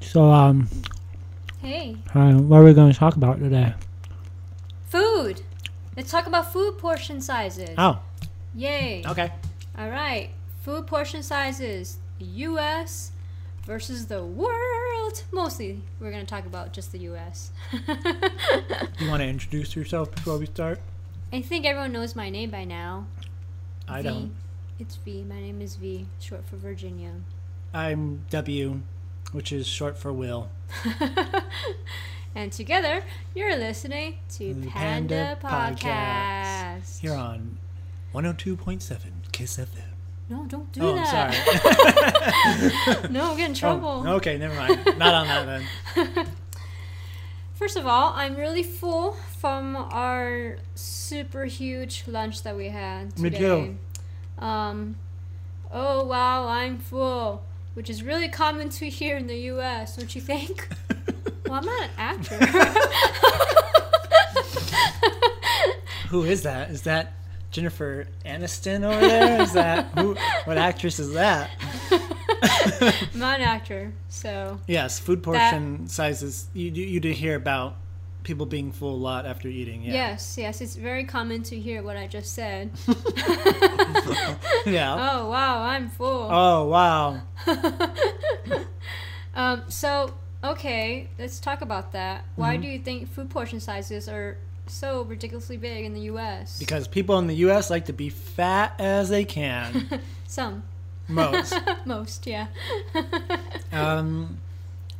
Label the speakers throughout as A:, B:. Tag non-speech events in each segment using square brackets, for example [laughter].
A: So, um,
B: Hey,
A: uh, what are we going to talk about today?
B: food. Let's talk about food portion sizes.
C: Oh,
B: Yay.
C: okay.
B: All right. Food portion sizes. The U.S. versus the world. Mostly, we're gonna talk about just the U.S.
C: You want to introduce yourself before we start?
B: [laughs] I think everyone knows my name by now.
C: I
B: V.
C: don't.
B: It's V. My name is V, short for Virginia. [laughs]
C: I'm W, which is short for Will.
B: and together, you're listening to
C: The
B: Panda,
C: Panda
B: Podcast.
C: Podcast. Here on 102.7 Kiss FM.
B: No, don't do
C: oh,
B: that.
C: I'm sorry.
B: [laughs] no, we'll get in [laughs] trouble.
C: Oh, okay, never mind. Not on that
B: [laughs]
C: then.
B: First of all, I'm really full from our super huge lunch that we had
C: Me
B: today.
C: too.
B: Um, oh wow, I'm full, which is really common to hear in the U.S. Don't
C: [laughs]
B: you think? well, I'm not an actor.
C: Who is that? Is that Jennifer Aniston over there? Is
B: [laughs]
C: that who? What actress is that?
B: I'm not an actor, so
C: Yes, food portion sizes. You do you do hear about people being full a lot after eating. Yeah.
B: yes, yes, it's very common to hear what I just
C: [laughs]
B: said. [laughs]
C: Yeah.
B: oh wow, I'm full.
C: Oh wow.
B: um, so okay, let's talk about that.
C: Mm-hmm.
B: Why do you think food portion sizes are so ridiculously big in the U.S.?
C: Because people in the U.S. like to be fat as they
B: [laughs]
C: can.
B: some,
C: Most.
B: most, yeah. [laughs]
C: Um,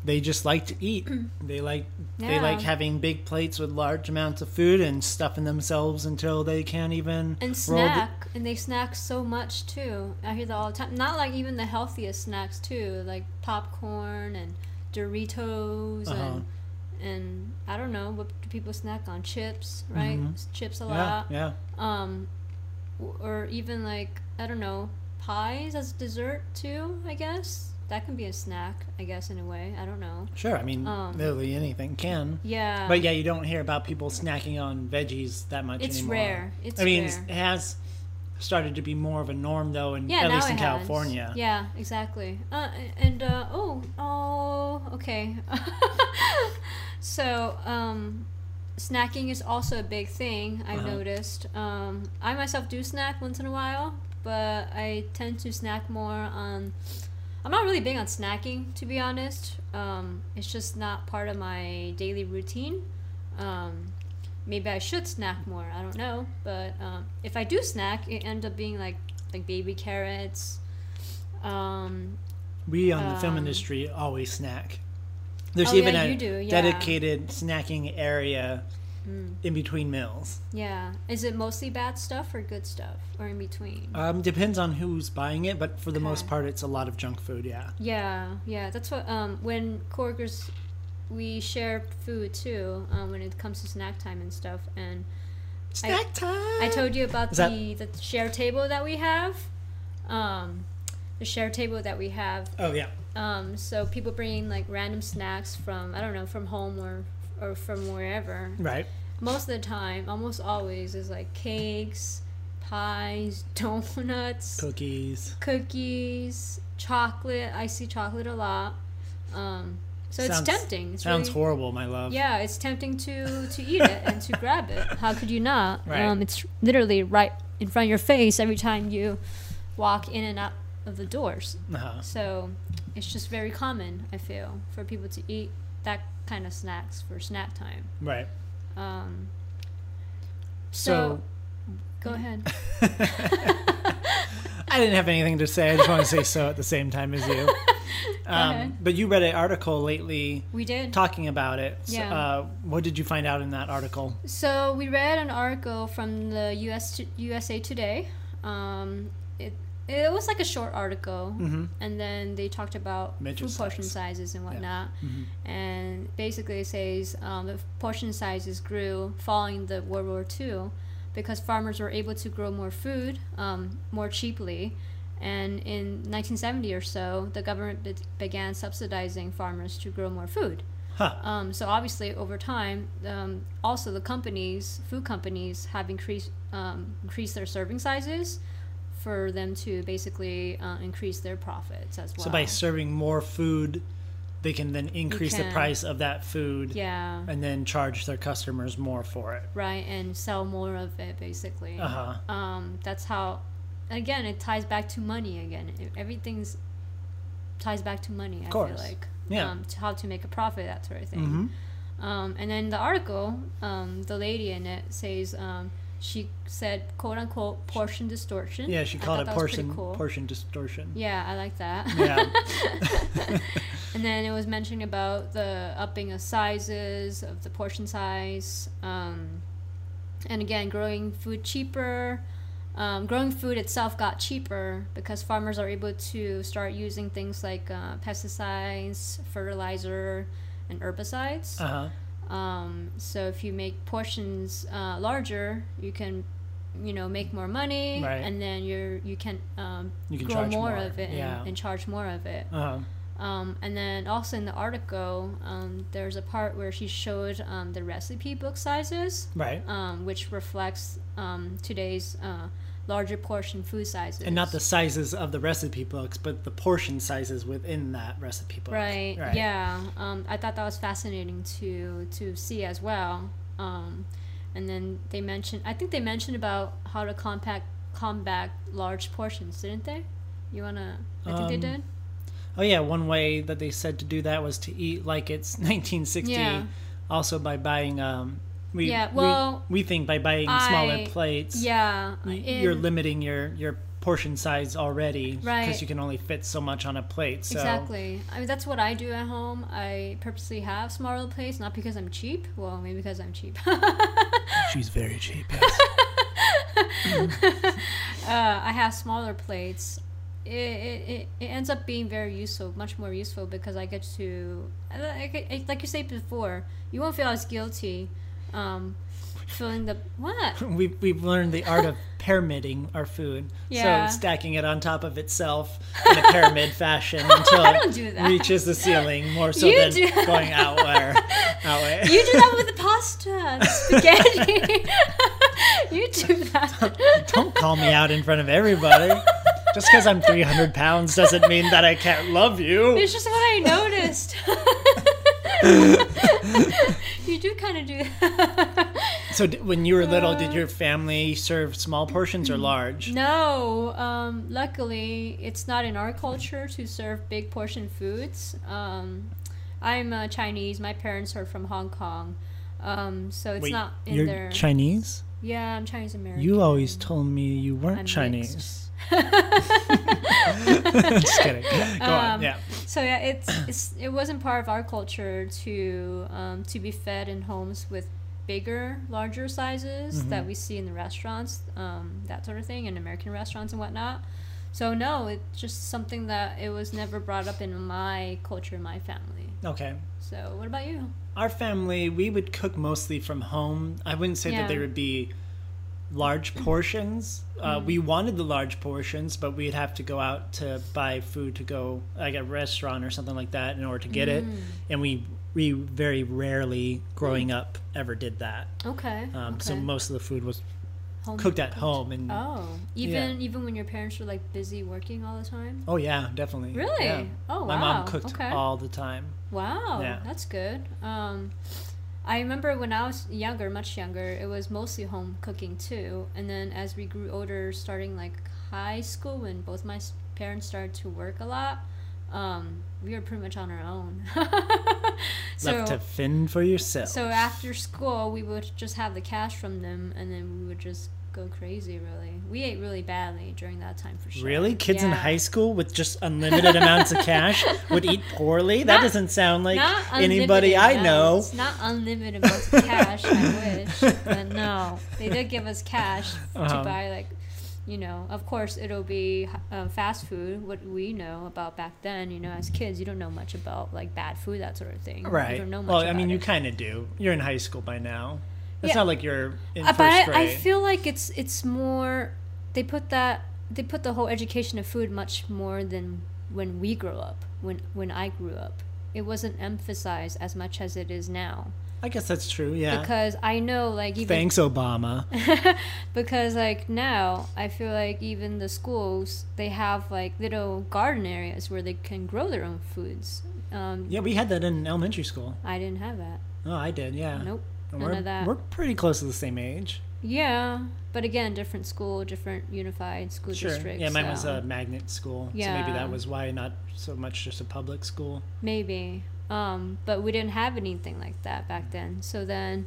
C: they just like to eat. They like they like
B: Yeah.
C: having big plates with large amounts of food and stuffing themselves until they can't even
B: and
C: roll the-
B: snack, and they snack so much too. I hear that all the time. Not like even the healthiest snacks too, like popcorn and Doritos
C: Uh-huh.
B: and. And I don't know what do people snack on chips, right? Chips a
C: Mm-hmm. yeah,
B: lot.
C: yeah.
B: um w- or even like i don't know pies as dessert too i guess that can be a snack i guess in a way i don't know
C: Sure, I mean,
B: Um,
C: literally anything can.
B: yeah
C: But yeah, you don't hear about people snacking on veggies that much
B: It's
C: anymore.
B: rare. It's
C: I mean,
B: rare.
C: it has started to be more of a norm though, in,
B: yeah
C: Um, at
B: now
C: least in
B: it has.
C: California.
B: yeah exactly uh, and uh oh oh okay [laughs] so um snacking is also a big thing i've
C: Uh-huh.
B: noticed um i myself do snack once in a while but i tend to snack more on i'm not really big on snacking to be honest um it's just not part of my daily routine um maybe i should snack more i don't know but um if i do snack it ends up being like like baby carrots um
C: We on the film
B: Um,
C: industry always snack. There's
B: oh,
C: even
B: yeah,
C: a
B: you do, yeah.
C: dedicated snacking area
B: mm,
C: in between meals.
B: yeah is it mostly bad stuff or good stuff or in between
C: Um, depends on who's buying it, but for the most
B: Okay.
C: part, it's a lot of junk food. Yeah.
B: Yeah, yeah. That's what um when coworkers we share food too um, when it comes to snack time and stuff. And
C: Snack time.
B: I told you about
C: Is that-
B: the the share table that we have, um, the share table that we have.
C: Oh yeah.
B: Um, so people bringing like random snacks from I don't know from home or or from wherever.
C: Right.
B: Most of the time, almost always is like cakes, pies, [laughs] donuts
C: Cookies.
B: cookies, chocolate. I see chocolate a lot. Um, so
C: Sounds-
B: it's tempting. It's
C: Sounds
B: really,
C: horrible, my love.
B: Yeah, it's tempting to to eat it and to grab it. How could you not?
C: [laughs] Right.
B: Um, it's literally right in front of your face every time you walk in and out of the doors.
C: Uh-huh.
B: So it's just very common, I feel, for people to eat that kind of snacks for snack time.
C: Right.
B: Um,
C: So-
B: so, go
C: Mm-hmm.
B: ahead.
C: I didn't have anything to say. I just want to say so at the same time as
B: [laughs]
C: you. Um,
B: ahead.
C: but you read an article lately
B: We did.
C: talking about it. So,
B: Yeah.
C: uh, what did you find out in that article?
B: So we read an article from the US to, USA Today. Um, it it was like a short article,
C: Mhm.
B: and then they talked about
C: Measure
B: food portion
C: size.
B: sizes and whatnot.
C: Mhm.
B: And basically, it says um, the portion sizes grew following the World War II because farmers were able to grow more food um, more cheaply. And in 1970 or so, the government be- began subsidizing farmers to grow more food.
C: Huh.
B: Um, so obviously, over time, um, also the companies, food companies, have increased um, increased their serving sizes for them to basically uh, increase their profits as well.
C: So by serving more food, they can then increase the
B: can.
C: price of that food
B: Yeah.
C: and then charge their customers more for it.
B: Right. And sell more of it, basically.
C: Uh huh.
B: um, that's how again it ties back to money again E- everything's ties back to money i
C: course.
B: feel like
C: Yeah.
B: um, to how to make a profit that sort of
C: hmm
B: thing um, and then the article um, the lady in it says um, she said quote unquote portion distortion
C: Yeah, she
B: I
C: called
B: thought
C: it
B: that was pretty
C: portion
B: cool.
C: portion distortion.
B: yeah i like that
C: Yeah. [laughs]
B: [laughs] and then it was mentioned about the upping of sizes of the portion size um, and again growing food cheaper um, growing food itself got cheaper because farmers are able to start using things like uh, pesticides fertilizer and herbicides
C: Uh huh.
B: um, so if you make portions uh, larger you can you know make more money
C: Right.
B: and then you're you can, um,
C: You can
B: grow
C: charge
B: more,
C: more.
B: of it
C: Yeah.
B: and, and charge more of it
C: Uh huh.
B: um, and then also in the article, um, there's a part where she showed um, the recipe book sizes,
C: Right.
B: um, which reflects um, today's uh, larger portion food sizes.
C: And not the sizes of the recipe books, but the portion sizes within that recipe book.
B: right, yeah. Um, I thought that was fascinating to to see as well. Um, and then they mentioned, I think they mentioned about how to combat combat large portions, didn't they? You wanna? I think they
C: Um,
B: did.
C: Oh yeah, one way that they said to do that was to eat like it's [laughs] 1960.
B: Yeah.
C: Also by buying um we
B: Yeah,
C: we-
B: well,
C: we, think by buying
B: I-
C: smaller plates
B: Yeah,
C: y- you're
B: in-
C: limiting your your portion size already
B: Right.
C: because you can only fit so much on a plate. So
B: Exactly. I mean, that's what I do at home. I purposely have smaller plates, not because I'm cheap. Well, maybe because I'm cheap. [laughs]
A: She's very
C: [laughs]
A: cheap. Yes.
B: uh, I have smaller plates. It, it, it- it ends up being very useful, much more useful because I get to, I- I get- I- like you said before, you won't feel as guilty um, filling the, what?
C: We've, we've learned the art of pyramiding our food.
B: Yeah.
C: So stacking it on top of itself in a pyramid
B: [laughs]
C: fashion until
B: don't do
C: it
B: that.
C: reaches the ceiling more so
B: You
C: than
B: do-
C: going
B: [laughs]
C: outward. outward.
B: You do that with the pasta and spaghetti. [laughs] you do that.
C: Don't call me out in front of everybody. Just because I'm 300 pounds doesn't mean that I can't love you.
B: It's just what I noticed. [laughs] you do kind of do that.
C: So d- when you were little,
B: Uh.
C: did your family serve small portions or large?
B: no, um, luckily, it's not in our culture to serve big portion foods. Um, I'm uh, Chinese. My parents are from Hong Kong. Um, so it's
C: Wait,
B: not in
C: You're
B: their.
C: Chinese?
B: yeah, I'm Chinese American.
C: You always told me you weren't
B: I'm
C: Chinese.
B: mixed.
C: [laughs]
B: [laughs]
C: Just kidding. Go on.
B: Um,
C: Yeah.
B: So yeah, it's, it's it wasn't part of our culture to um, to be fed in homes with bigger, larger sizes
C: Mm-hmm.
B: that we see in the restaurants, um, that sort of thing, in American restaurants and whatnot. So no, it's just something that it was never brought up in my culture, my family.
C: Okay.
B: So what about you?
C: our family we would cook mostly from home i wouldn't say that they
B: Yeah. Mm.
C: would be large portions uh, we wanted the large portions but we'd have to go out to buy food to go like a restaurant or something like that in order to get
B: Mm.
C: it and we we very rarely growing up ever did that
B: Okay.
C: um,
B: okay.
C: so most of the food was
B: Home-
C: cooked at home and oh,
B: Oh, even even when your parents were like busy working all the time.
C: Oh, yeah definitely
B: Really?
C: yeah.
B: Oh wow.
C: my mom cooked
B: okay.
C: all the time
B: Wow,
C: Yeah.
B: that's good. Um, I remember when I was younger, much younger, it was mostly home cooking too. And then as we grew older, starting like high school, when both my s- parents started to work a lot, um, we were pretty much on our own. [laughs]
C: left to fend for yourself
B: so after school, we would just have the cash from them, and then we would just go crazy. Really, we ate really badly during that time for sure.
C: Really? Kids in
B: Yeah.
C: high school with just unlimited amounts of
B: [laughs]
C: cash would eat poorly? that
B: Not-
C: doesn't sound like
B: not
C: anybody I
B: unlimited
C: know.
B: amounts. Not unlimited amounts
C: [laughs]
B: of cash, I wish. But no, they did give us cash to
C: Uh-huh.
B: buy, like, you know, of course, it'll be um, fast food, what we know about back then. You know, as kids, you don't know much about, like, bad food, that sort of thing. You
C: Right.
B: don't know much
C: Well, I mean,
B: about
C: you
B: it.
C: kind of do. You're in high school by now. It's
B: Yeah.
C: not like you're in
B: Uh,
C: first
B: but I,
C: grade.
B: I feel like it's it's more they put that they put the whole education of food much more than when we grew up when when I grew up it wasn't emphasized as much as it is now
C: I guess that's true. Yeah.
B: because I know like even
C: Thanks,
B: [laughs]
C: Obama.
B: because like now I feel like even the schools they have like little garden areas where they can grow their own foods. Um,
C: Yeah, we had that in elementary school.
B: I didn't have that.
C: Oh, I did. Yeah.
B: Nope.
C: And
B: none
C: we're,
B: of that.
C: We're pretty close to the same age.
B: Yeah, but again, different school, different unified school
C: Sure.
B: district.
C: yeah, mine was uh,
B: so
C: a magnet school. So
B: Yeah.
C: maybe that was why not so much just a public school.
B: maybe. Um, but we didn't have anything like that back then. So then,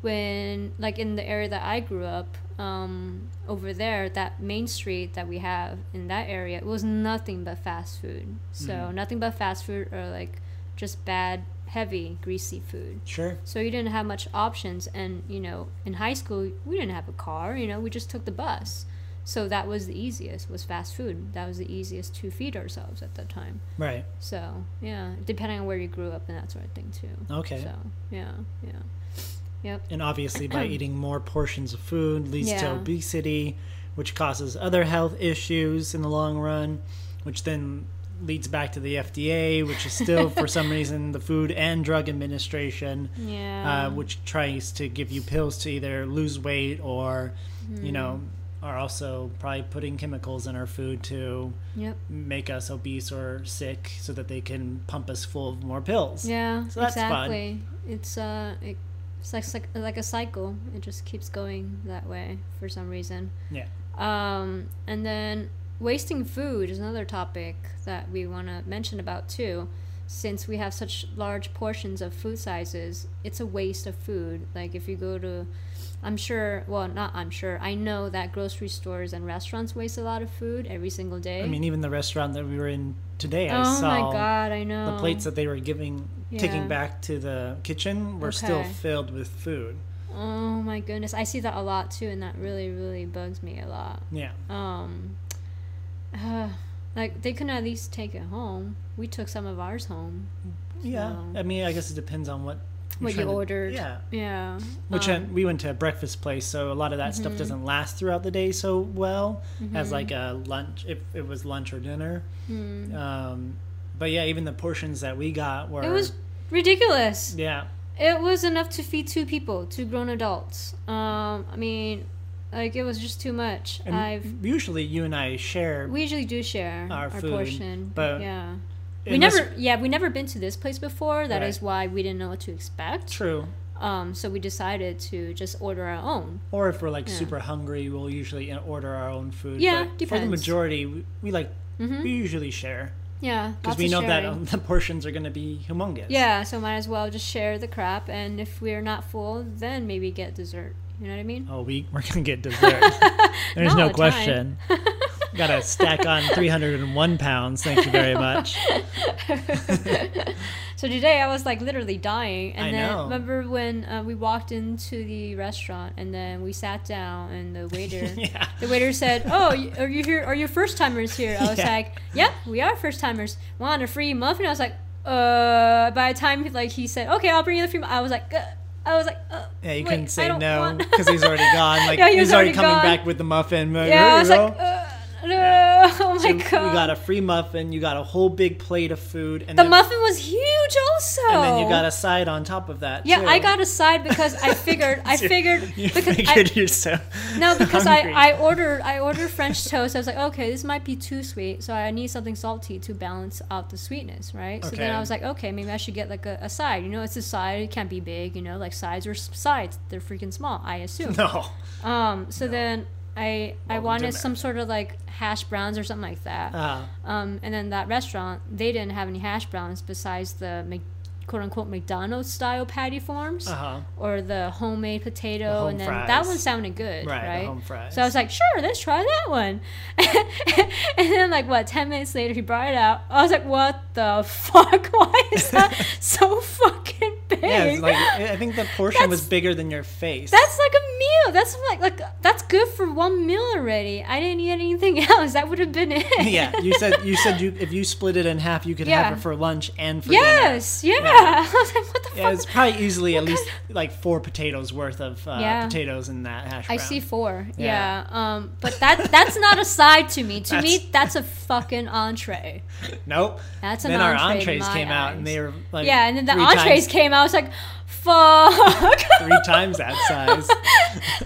B: when like in the area that I grew up, um, over there, that main street that we have in that area it was nothing but fast food. So nothing but fast food or like just bad, heavy, greasy food.
C: Sure.
B: So you didn't have much options, and you know, in high school we didn't have a car. You know, we just took the bus. So that was the easiest was fast food. That was the easiest to feed ourselves at that time.
C: Right.
B: So yeah, depending on where you grew up and that sort of thing too.
C: Okay.
B: So yeah, yeah, yep,
C: And obviously,
B: [clears throat]
C: by eating more portions of food leads to
B: Yeah.
C: obesity, which causes other health issues in the long run, which then leads back to the FDA, which is still, for
B: [laughs]
C: some reason, the Food and Drug Administration,
B: yeah.
C: uh, which tries to give you pills to either lose weight or,
B: Hmm.
C: you know, are also probably putting chemicals in our food to
B: yep.
C: make us obese or sick so that they can pump us full of more pills.
B: Yeah,
C: So that's fun.
B: exactly. It's uh, it, it's like, like like a cycle. It just keeps going that way for some reason.
C: Yeah.
B: Um, and then wasting food is another topic that we want to mention about too. Since we have such large portions of food sizes, it's a waste of food. Like if you go to, I'm sure, well, not I'm sure, I know that grocery stores and restaurants waste a lot of food every single day.
C: I mean, even the restaurant that we were in today, I
B: oh
C: saw
B: my god, I know.
C: the plates that they were giving, taking
B: Yeah.
C: back to the kitchen were still
B: Okay.
C: filled with food.
B: Oh my goodness, I see that a lot too, and that really, really bugs me a lot.
C: Yeah.
B: Um, [sighs] uh, like they could at least take it home. We took some of ours home.
C: Yeah.
B: So-
C: I mean, I guess it depends on what. you're
B: What you
C: trying to-
B: ordered.
C: Yeah.
B: Yeah.
C: Which
B: um, Mm-hmm.
C: uh, we went to a breakfast place, so a lot of that stuff doesn't last throughout the day so well as like a lunch, if it was lunch or dinner. Um, but yeah, even the portions that we got were.
B: hmm. it was ridiculous.
C: Yeah.
B: It was enough to feed two people, two grown adults. Um, I mean, like it was just too much.
C: And
B: I've
C: usually you and I share.
B: we usually do share
C: Our
B: our,
C: food,
B: portion,
C: but
B: yeah. We
C: in this-
B: never, yeah, we never been to this place before. That is
C: Right.
B: why we didn't know what to expect.
C: True.
B: Um, so we decided to just order our own.
C: Or if we're like
B: Yeah.
C: super hungry, we'll usually order our own food.
B: Yeah,
C: but For the
B: depends.
C: majority, we, we like
B: Mhm.
C: we usually share
B: Yeah,
C: because
B: lots
C: we
B: of
C: know that
B: sharing.
C: um, the portions are going to be humongous.
B: Yeah, so might as well just share the crap, and if we're not full, then maybe get dessert. You know what I mean?
C: Oh, we we're gonna
B: [laughs]
C: get dessert. There's
B: Not all
C: no
B: the
C: question. Got to stack
B: [laughs]
C: on 301 pounds. Thank you very much.
B: So today I was like literally dying, and
C: I
B: then
C: know.
B: remember when uh, we walked into the restaurant, and then we sat down, and the waiter.
C: [laughs] yeah.
B: The waiter said, "Oh, y- are you here? Are you first timers here?" I was
C: Yeah.
B: like, "Yep, we are first timers. Want a free muffin?" I was like, "Uh." By the time like he said, "Okay, I'll bring you the free," mu-" I was like, uh, "I was like, uh,
C: Yeah, you
B: wait,
C: couldn't
B: I
C: say [laughs]
B: don't
C: no
B: want- [laughs]
C: because he's already gone. Like
B: Yeah, he was
C: he's already,
B: already
C: coming
B: gone.
C: back with the muffin.
B: yeah, I was
C: Here
B: like,
C: you go.
B: uh, no, [laughs] oh my
C: So
B: god.
C: You got a free muffin. You got a whole big plate of food, and
B: the
C: then,
B: muffin was huge, also.
C: and then you got a side on top of that.
B: Oh. Yeah,
C: too.
B: I got a side because I figured.
C: [laughs]
B: I
C: You-
B: figured
C: [laughs] you
B: because
C: figured [laughs]
B: I,
C: you're so
B: no, because I,
C: hungry.
B: I ordered I ordered French toast. I was like, okay, this might be too sweet, so I need something salty to balance out the sweetness, right? So then
C: Okay.
B: I was like, okay, maybe I should get like a, a side. You know, it's a side; it can't be big. You know, like sides are s- sides; they're freaking small. I assume.
C: [laughs] no.
B: Um. So then I I
C: Welcome to
B: wanted
C: America.
B: some sort of like hash browns or something like that.
C: Uh,
B: Um, and then that restaurant, they didn't have any hash browns besides the Mc, quote unquote McDonald's style patty forms
C: uh huh.
B: or the homemade potato.
C: home
B: and then that
C: fries.
B: one sounded good,
C: Right,
B: right?
C: the home fries.
B: So I was like, sure, let's try that one. [laughs] and then, like, what, 10 minutes later, he brought it out. I was like, what the fuck? [laughs] Why
C: [laughs]
B: is that so fucking big?
C: Yeah, it's like I think the portion was
B: That's-
C: bigger than your face.
B: That's like a meal. That's like like that's good for one meal already. I didn't eat anything [laughs] else. That would have been it.
C: [laughs] [laughs] yeah, you said you said you if you split it in half, you could
B: Yeah.
C: have it for lunch and for dinner.
B: [laughs] Yes. Yeah.
C: Yeah.
B: [laughs] I was like, what the
C: Yeah,
B: fuck?
C: it's probably easily at least like four potatoes worth of uh,
B: Yeah.
C: potatoes in that hash
B: I
C: brown.
B: see four.
C: Yeah.
B: Yeah. Um, but that that's not a side to me. To me,
C: [laughs] That's-
B: that's a fucking entree.
C: Nope.
B: That's an
C: Then our
B: entree in
C: entrees
B: my
C: came out and
B: eyes.
C: they were like
B: yeah, and then the
C: three
B: entrees
C: times-
B: came. I was like, fuck. [laughs]
C: three times that size.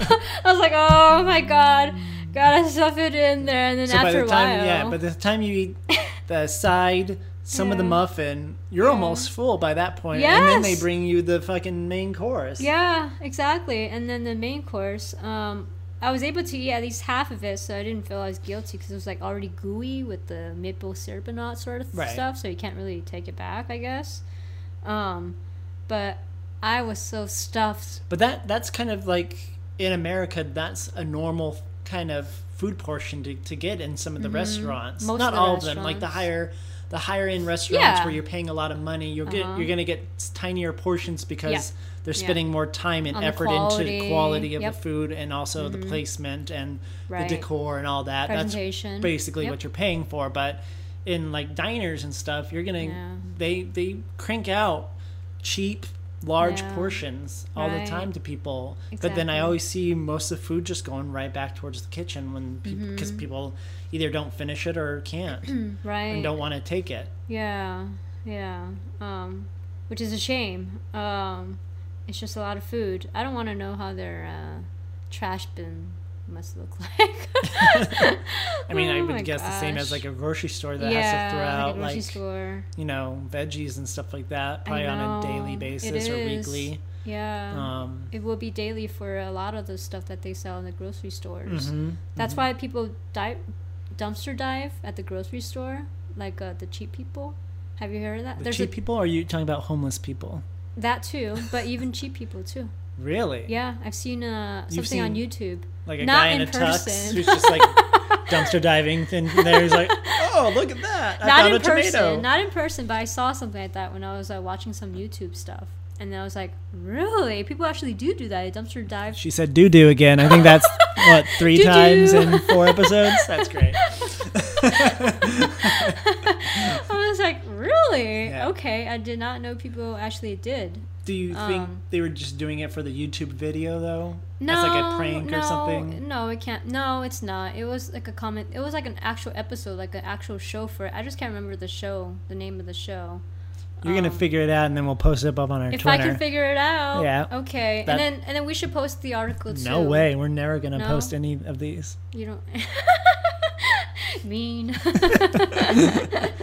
B: I was like, oh my god, gotta stuff it in there, and then
C: So by
B: after
C: the time,
B: a while,
C: yeah, by the time you eat
B: [laughs]
C: the side, some of the
B: Yeah.
C: muffin, you're almost full by that point, and then they
B: Yes.
C: bring you the fucking main course.
B: Yeah, exactly. And then the main course, um, I was able to eat at least half of it, so I didn't feel I was guilty because it was like already gooey with the maple syrup and all that sort of
C: Right.
B: stuff. So you can't really take it back, I guess. Um, but I was so stuffed.
C: But that that's kind of like in America, that's a normal kind of food portion to, to get in some of the restaurants.
B: Mm-hmm. Most
C: Not
B: of the
C: all of them, like the
B: restaurants.
C: higher the higher end restaurants
B: Yeah.
C: where you're paying a lot of money, you'll
B: Uh-huh.
C: get you're gonna get s- tinier portions because
B: Yeah.
C: they're
B: Yeah.
C: spending more time and
B: On the
C: effort into
B: quality.
C: the quality of the
B: Yep. Mm-hmm.
C: food and also the placement and
B: Right.
C: the decor and all that. That's
B: Presentation.
C: basically
B: Yep.
C: what you're paying for. But in like diners and stuff, you're gonna
B: Yeah.
C: they they crank out cheap, large
B: Yeah.
C: portions all
B: Right.
C: the time to people. But then I
B: Exactly.
C: always see most of the food just going right back towards the kitchen when people because
B: Mm-hmm.
C: people either don't finish it or
B: [clears throat]
C: can't
B: Right.
C: and don't want to take it.
B: Yeah, yeah. Um, which is a shame. Um, it's just a lot of food. I don't want to know how their uh, trash bin must look [laughs] like.
C: I mean, I
B: Oh my
C: would guess the same as
B: gosh.
C: like a grocery store that has to throw
B: yeah, like a
C: out
B: grocery
C: like
B: store.
C: you know veggies and stuff like that
B: I
C: probably on a daily
B: know, it
C: basis or
B: is.
C: weekly.
B: Yeah.
C: Um,
B: it will be daily for a lot of the stuff that they sell in the grocery stores.
C: mhm.
B: That's why people dive, dumpster dive at the grocery store, like uh, the cheap people. Have you heard of that?
C: The cheap
B: a,
C: people? Or are you talking about homeless people?
B: that too, but even cheap people too.
C: Really?
B: Yeah, I've seen uh, something
C: You've
B: on
C: seen-
B: YouTube.
C: Like a
B: Not
C: guy in,
B: in
C: a tux
B: person.
C: who's just
B: [laughs]
C: like dumpster diving, and there he's like, "Oh, look at that! I
B: not
C: found
B: in
C: a
B: person,
C: tomato."
B: not in person, but I saw something like that when I was uh, watching some YouTube stuff, and I was like, really? People actually do do that? A dumpster dive?
C: she said "doo doo" again. I think
B: [laughs]
C: that's what three
B: Doo-doo.
C: times in four episodes. That's great.
B: [laughs] I was like, really?
C: Yeah.
B: Okay, I did not know people actually did.
C: Do you think
B: Um,
C: they were just doing it for the YouTube video though?
B: No,
C: As like a prank
B: no,
C: or something.
B: No, it can't. No, it's not. It was like a comment. It was like an actual episode, like an actual show for it. I just can't remember the show, the name of the show.
C: You're gonna
B: Um,
C: figure it out, and then we'll post it up on our
B: If
C: Twitter.
B: I can figure it out.
C: Yeah.
B: Okay,
C: That-
B: and then and then we should post the article too.
C: no way. We're never gonna
B: No?
C: post any of
B: [laughs]
C: these.
B: You don't. mean. [laughs]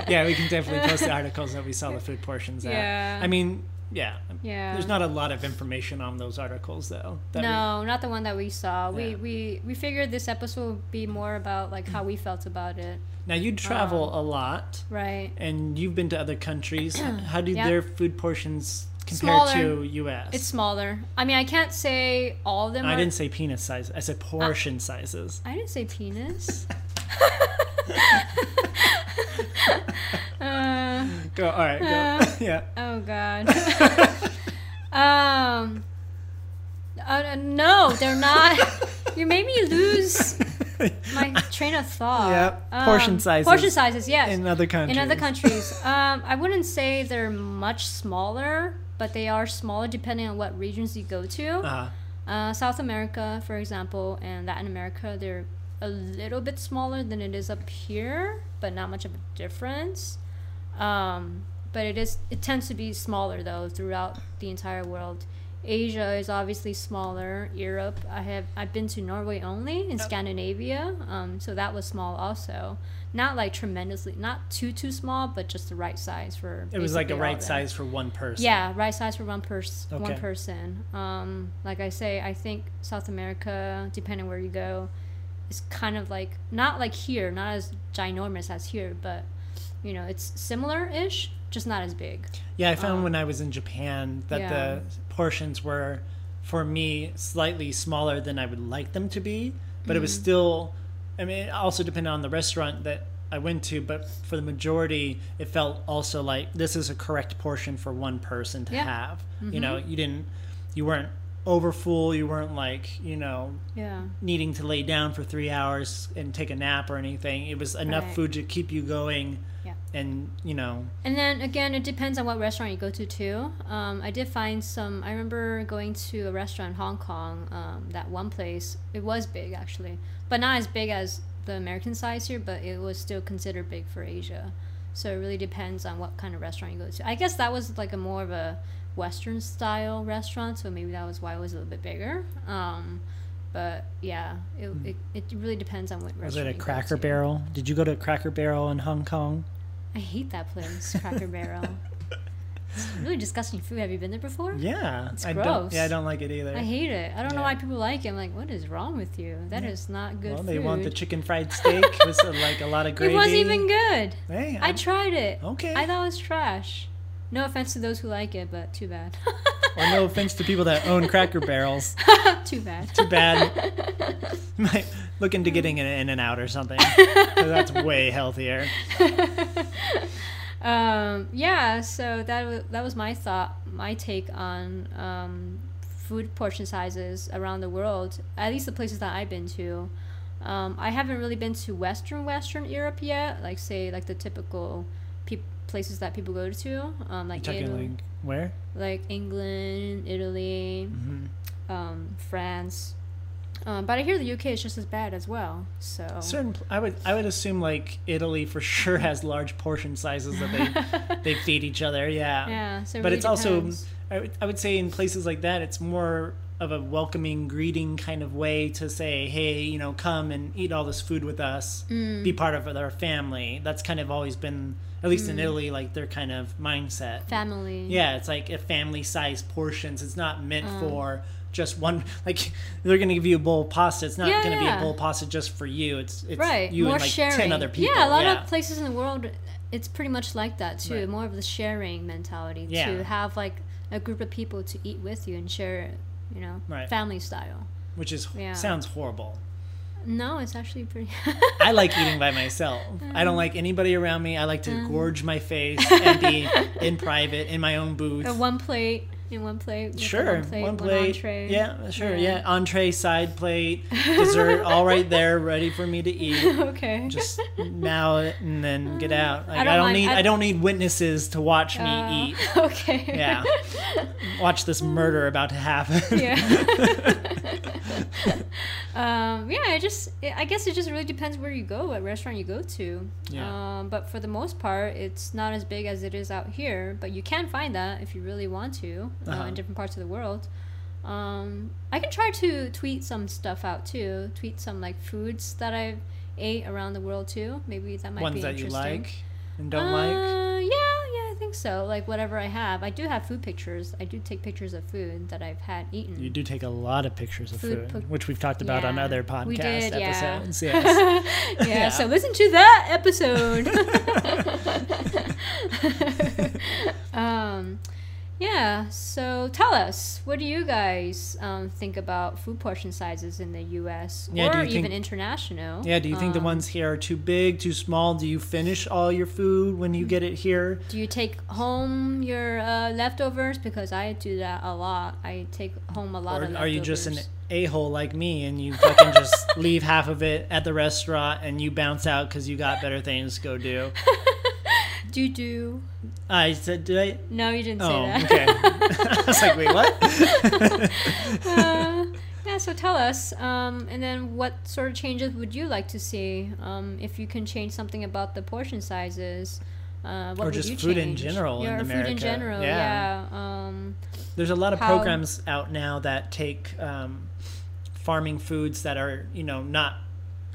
C: Yeah, we can definitely post the articles that we saw the food portions at.
B: Yeah.
C: I mean, yeah.
B: yeah.
C: There's not a lot of information on those articles though. that we-
B: no, not the one that we saw. We,
C: Yeah.
B: we we figured this episode would be more about like how we felt about it,
C: Now you travel
B: Um,
C: a lot,
B: right?
C: and you've been to other
B: [clears throat]
C: countries. How do
B: Yeah.
C: their food portions compare
B: Smaller.
C: to U.S.?
B: It's smaller. I mean, I can't say all of them.
C: I
B: are-
C: didn't say penis size. I said portion sizes.
B: I didn't say
C: [laughs]
B: penis. uh,
C: Go. All right. Go.
B: Uh.
C: [laughs] yeah.
B: [laughs] oh
C: [laughs]
B: God. um. Uh, no, they're not. [laughs] you made me lose my train of thought. Um,
C: Yep, portion sizes.
B: Portion sizes. Yes.
C: in other countries.
B: in other countries [laughs] um, i wouldn't say they're much smaller but they are smaller depending on what regions you go to
C: Uh,
B: uh, south america for example and latin america they're a little bit smaller than it is up here but not much of a difference um, but it is it tends to be smaller though throughout the entire world asia is obviously smaller europe i have i've been to norway only in scandinavia um, so that was small also not like tremendously not too too small but just the right size for
C: it was like a
B: basically all
C: right
B: of them.
C: size for one person.
B: yeah right size for one person one
C: Okay.
B: person um, like i say i think south america depending where you go is kind of like not like here not as ginormous as here but you know it's similar-ish just not as big
C: Yeah, I found when I was in Japan that
B: Um, yeah.
C: the portions were, for me, slightly smaller than I would like them to be, but it was
B: Mm.
C: still, I mean, it also depended on the restaurant that I went to, but for the majority, it felt also like this is a correct portion for one person to
B: Yeah. Mm-hmm.
C: have. You know, you didn't, you weren't overfull, you weren't like, you know,
B: yeah
C: needing to lay down for three hours and take a nap or anything. It was enough
B: Right.
C: food to keep you going
B: Yeah.
C: and, you know,
B: And then again, it depends on what restaurant you go to too. Um, I did find some. I remember going to a restaurant in Hong Kong. Um, that one place, it was big actually, but not as big as the American size here. But it was still considered big for Asia. So it really depends on what kind of restaurant you go to. I guess that was like a more of a Western style restaurant, so maybe that was why it was a little bit bigger. Um, but yeah, it,
C: Hmm.
B: it, it really depends on what restaurant.
C: Was it a
B: you go
C: Cracker
B: to.
C: Barrel? Did you go to Cracker Barrel in Hong Kong?
B: I hate that place,
C: [laughs]
B: Cracker Barrel. It's really disgusting food. Have you been there before?
C: Yeah,
B: It's
C: I
B: gross.
C: don't. Yeah, I don't like it either.
B: I hate it. I don't know
C: Yeah.
B: why people like it. I'm like, what is wrong with you? That is
C: Yeah.
B: not good
C: well,
B: food.
C: they want the chicken fried steak with uh, like a lot of
B: [laughs] it
C: gravy.
B: wasn't even good.
C: Hey,
B: I
C: I'm-
B: tried it.
C: okay.
B: I thought it was trash. No offense to those who like it, but too bad. [laughs]
C: Well, no offense to people that own Cracker Barrels. [laughs]
B: too bad.
C: Too bad.
B: [laughs]
C: Might look into getting an In and Out or something. 'cause That's way healthier.
B: um, yeah, so that w- that was my thought, my take on um, food portion sizes around the world. At least the places that I've been to. Um, I haven't really been to Western Western Europe yet, like say like the typical peop places that people go to, um,
C: You
B: like
C: talking
B: Italy,
C: like where?
B: like England, Italy,
C: hmm
B: um, France. Um, but I hear the UK is just as bad as well. So
C: Certain. pl- I would. I would assume like Italy for sure has large portion sizes that
B: [laughs]
C: they they feed each other.
B: yeah, so it
C: but
B: really
C: it's also
B: depends.
C: I would, I would say in places like that it's more of a welcoming greeting kind of way to say hey you know come and eat all this food with us
B: Mm.
C: be part of our family that's kind of always been at least
B: Mm.
C: in italy like their kind of mindset
B: family.
C: yeah it's like a family size portions it's not meant
B: Uh.
C: for just one [laughs] like they're gonna give you a bowl of pasta it's not
B: Yeah,
C: gonna be
B: yeah.
C: a bowl of pasta just for you it's it's
B: right
C: you
B: more
C: and like
B: sharing
C: 10 other people
B: yeah a lot of places in the world it's pretty much like that too
C: Right.
B: more of the sharing mentality
C: Yeah.
B: to have like a group of people to eat with you and share you know
C: Right.
B: family style
C: which is
B: Yeah.
C: sounds horrible
B: no it's actually
C: [laughs]
B: pretty [laughs]
C: I like eating by myself. I
B: Mm.
C: don't like anybody around me. I like to gorge my face
B: [laughs]
C: and be in private in my own booth.
B: a one plate in one plate with the
C: sure,
B: one plate, entree.
C: yeah, sure, yeah.
B: Yeah.
C: Entree, side plate, dessert, all right there, ready for me to eat.
B: [laughs] okay
C: Just now it and then get out. Like, I
B: don't
C: don't,
B: mind-
C: need
B: Mm. I-
C: I, don't need witnesses to watch me
B: Uh, [laughs]
C: eat.
B: okay
C: Yeah, watch this murder about to happen. [laughs]
B: yeah. um, yeah, I just, I guess it just really depends where you go, what restaurant you go to.
C: Yeah.
B: Um, but for the most part, it's not as big as it is out here, but you can find that if you really want to uh,
C: Uh-huh.
B: in different parts of the world. Um, I can try to tweet some stuff out too, tweet some like foods that I've ate around the world too. Maybe that might be
C: Ones that you
B: interesting.
C: like and don't like.
B: Uh, Yeah, yeah, I think so. Like whatever I have, I do have food pictures. I do take pictures of food that I've had eaten.
C: You do take a lot of pictures of
B: Food
C: food,
B: pic-
C: which we've talked about on
B: Yeah,
C: other podcast
B: we did, yeah. [laughs]
C: episodes. Yes.
B: yeah,
C: Yeah.
B: so listen to that episode.
C: [laughs]
B: um, yeah, so tell us, what do you guys um, think about food portion sizes in the US
C: Yeah, do
B: or
C: you
B: even
C: think-
B: international?
C: Yeah, do you think the
B: Um,
C: ones here are too big, too small? Do you finish all your food when
B: Mm-hmm.
C: you get it here?
B: Do you take home your uh, leftovers? Because I do that a lot. I take home a lot
C: Or
B: of leftovers.
C: are you just an a hole like me and you fucking
B: [laughs]
C: just leave half of it at the restaurant and you bounce out because you got better things to go
B: [laughs]
C: do?
B: Do you do?
C: I said, did I?
B: No, you didn't say
C: Oh,
B: that. [laughs]
C: okay. [laughs] I was like, wait, what?
B: Uh, yeah, so tell us, um, and then what sort of changes would you like to see? Um, if you can change something about the portion sizes, uh,
C: Or
B: what would
C: just
B: you
C: food in
B: change?
C: general in
B: yeah, or food in
C: America.
B: general, yeah.
C: Yeah.
B: Um,
C: There's a lot of
B: How-
C: programs out now that take um, farming foods that are, you know, not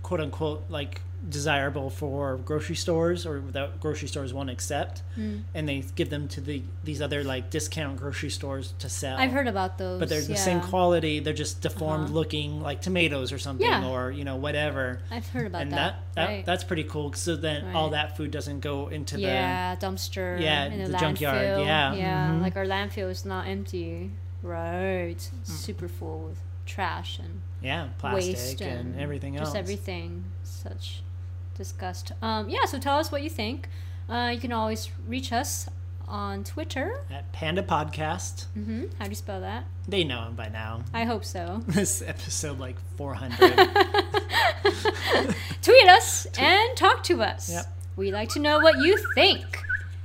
C: quote unquote like desirable for grocery stores or that grocery stores won't accept,
B: Hmm.
C: and they give them to the these other like discount grocery stores to sell.
B: I've heard about those.
C: but they're
B: yeah.
C: the same quality. They're just deformed
B: Uh-huh.
C: looking, like tomatoes or something,
B: Yeah.
C: or you know whatever.
B: I've heard about
C: and
B: that.
C: that, that
B: right.
C: that's pretty cool. So then all
B: Right.
C: that food doesn't go into the
B: yeah, dumpster.
C: Yeah,
B: in the,
C: the
B: landfill.
C: junkyard, yeah, mhm.
B: like our landfill is not empty. Right,
C: Mm.
B: super full with trash and
C: yeah plastic
B: waste
C: and, everything
B: just
C: else.
B: everything such disgust um, yeah so tell us what you think uh, you can always reach us on twitter
C: At Panda Podcast.
B: hmm how do you spell that
C: They know him by now.
B: i hope so
C: [laughs]
B: [laughs]
C: This episode like [laughs] 400.
B: tweet us and talk to us
C: Yep.
B: we like to know what you think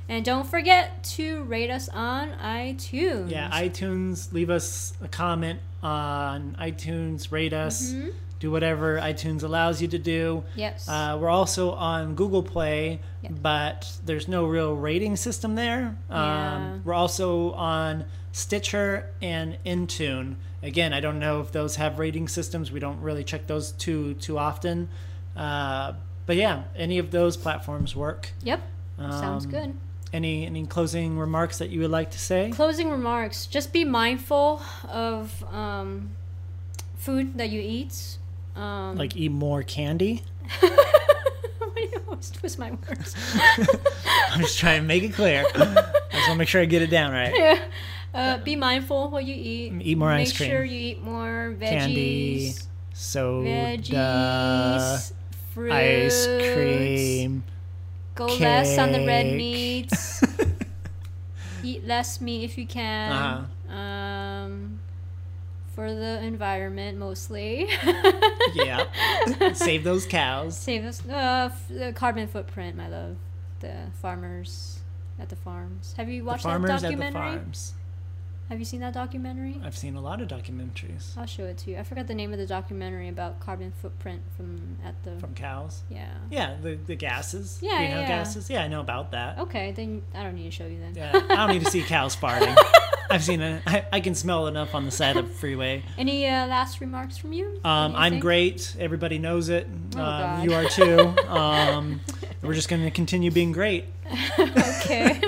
B: and don't forget to rate us on itunes
C: yeah, iTunes. Leave us a comment on iTunes. Rate us. do whatever iTunes allows you to do.
B: Mm-hmm. Yes.
C: Uh, we're also on Google Play,
B: Yeah.
C: but there's no real rating system there. Um,
B: Yeah.
C: We're also on Stitcher and Intune. Again, I don't know if those have rating systems. We don't really check those too too often. Uh, but yeah, any of those platforms work.
B: yep. Sounds
C: Um,
B: good.
C: Any any closing remarks that you would like to say?
B: Closing remarks. Just be mindful of um, food that you eat. Um, [laughs]
C: Like eat more candy. [laughs]
B: Why do you always twist my words?
C: I'm just trying to make it clear. I just want to make sure I get it down right.
B: Yeah. Uh, be mindful what you eat.
C: Mm, Eat more
B: Make
C: ice cream.
B: sure you eat more veggies.
C: Candy, Soda,
B: Veggies. Fruits.
C: ice cream,
B: Go less on the red
C: cake. [laughs]
B: meats. eat less meat if you can.
C: Uh-huh.
B: Um, for the environment
C: [laughs]
B: mostly.
C: yeah. Save those cows.
B: Save us uh, f- the carbon footprint, my love. The farmers at the farms. Have you watched
C: the
B: that
C: farmers at the
B: documentary?
C: farms.
B: Have you seen that documentary?
C: I've seen a lot of documentaries
B: I'll show it to you. I forgot the name of the documentary about carbon footprint from at the
C: from cows.
B: yeah.
C: Yeah, the, the gases.
B: Yeah,
C: greenhouse
B: yeah.
C: gases. Yeah, I know about that.
B: Okay, then I don't need to show you then.
C: Yeah, I don't need to see cows farting.
B: [laughs]
C: I've seen it. I, I can smell enough on the side of the freeway.
B: Any uh, last remarks from you? What
C: Um,
B: do you
C: I'm
B: think?
C: great. Everybody knows it.
B: Oh,
C: um,
B: God.
C: you are too. Um, we're just going to continue being great. [laughs]
B: Okay.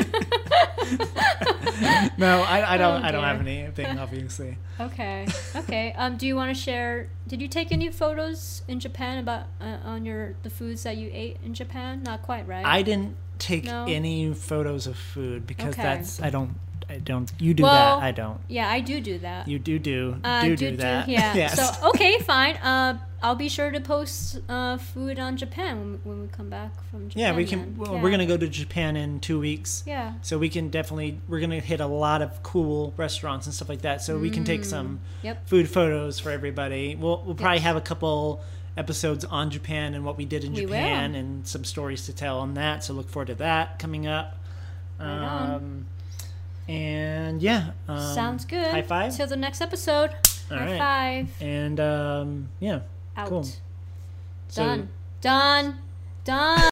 C: No, I, I don't.
B: Oh,
C: I don't
B: dear.
C: have anything, obviously.
B: [laughs] okay. Okay. Um, do you want to share? Did you take any photos in Japan about uh, on your the foods that you ate in Japan? Not quite, right?
C: I didn't take
B: No?
C: any photos of food because
B: Okay.
C: that's. I don't. I don't. You do
B: Well-
C: that. I don't.
B: yeah, I do do that.
C: You do do
B: uh,
C: do do that. [laughs]
B: yeah.
C: yes.
B: So okay, fine. Uh, I'll be sure to post uh, food on Japan when, when we come back from Japan.
C: yeah, we can.
B: then.
C: Well,
B: oh, Yeah.
C: We're gonna go to Japan in two weeks.
B: Yeah.
C: So we can definitely we're gonna hit a lot of cool restaurants and stuff like that. So we can
B: Mm.
C: take some
B: Yep.
C: food photos for everybody. We'll we'll probably have a couple episodes on Japan and what we did in
B: We will.
C: Japan and some stories to tell on that. So look forward to that coming up.
B: on.
C: Um, and yeah, um,
B: Sounds good.
C: High five.
B: Till the next episode.
C: All
B: high
C: right.
B: five.
C: And um, yeah,
B: Out.
C: Cool. so
B: Done. Done. Done.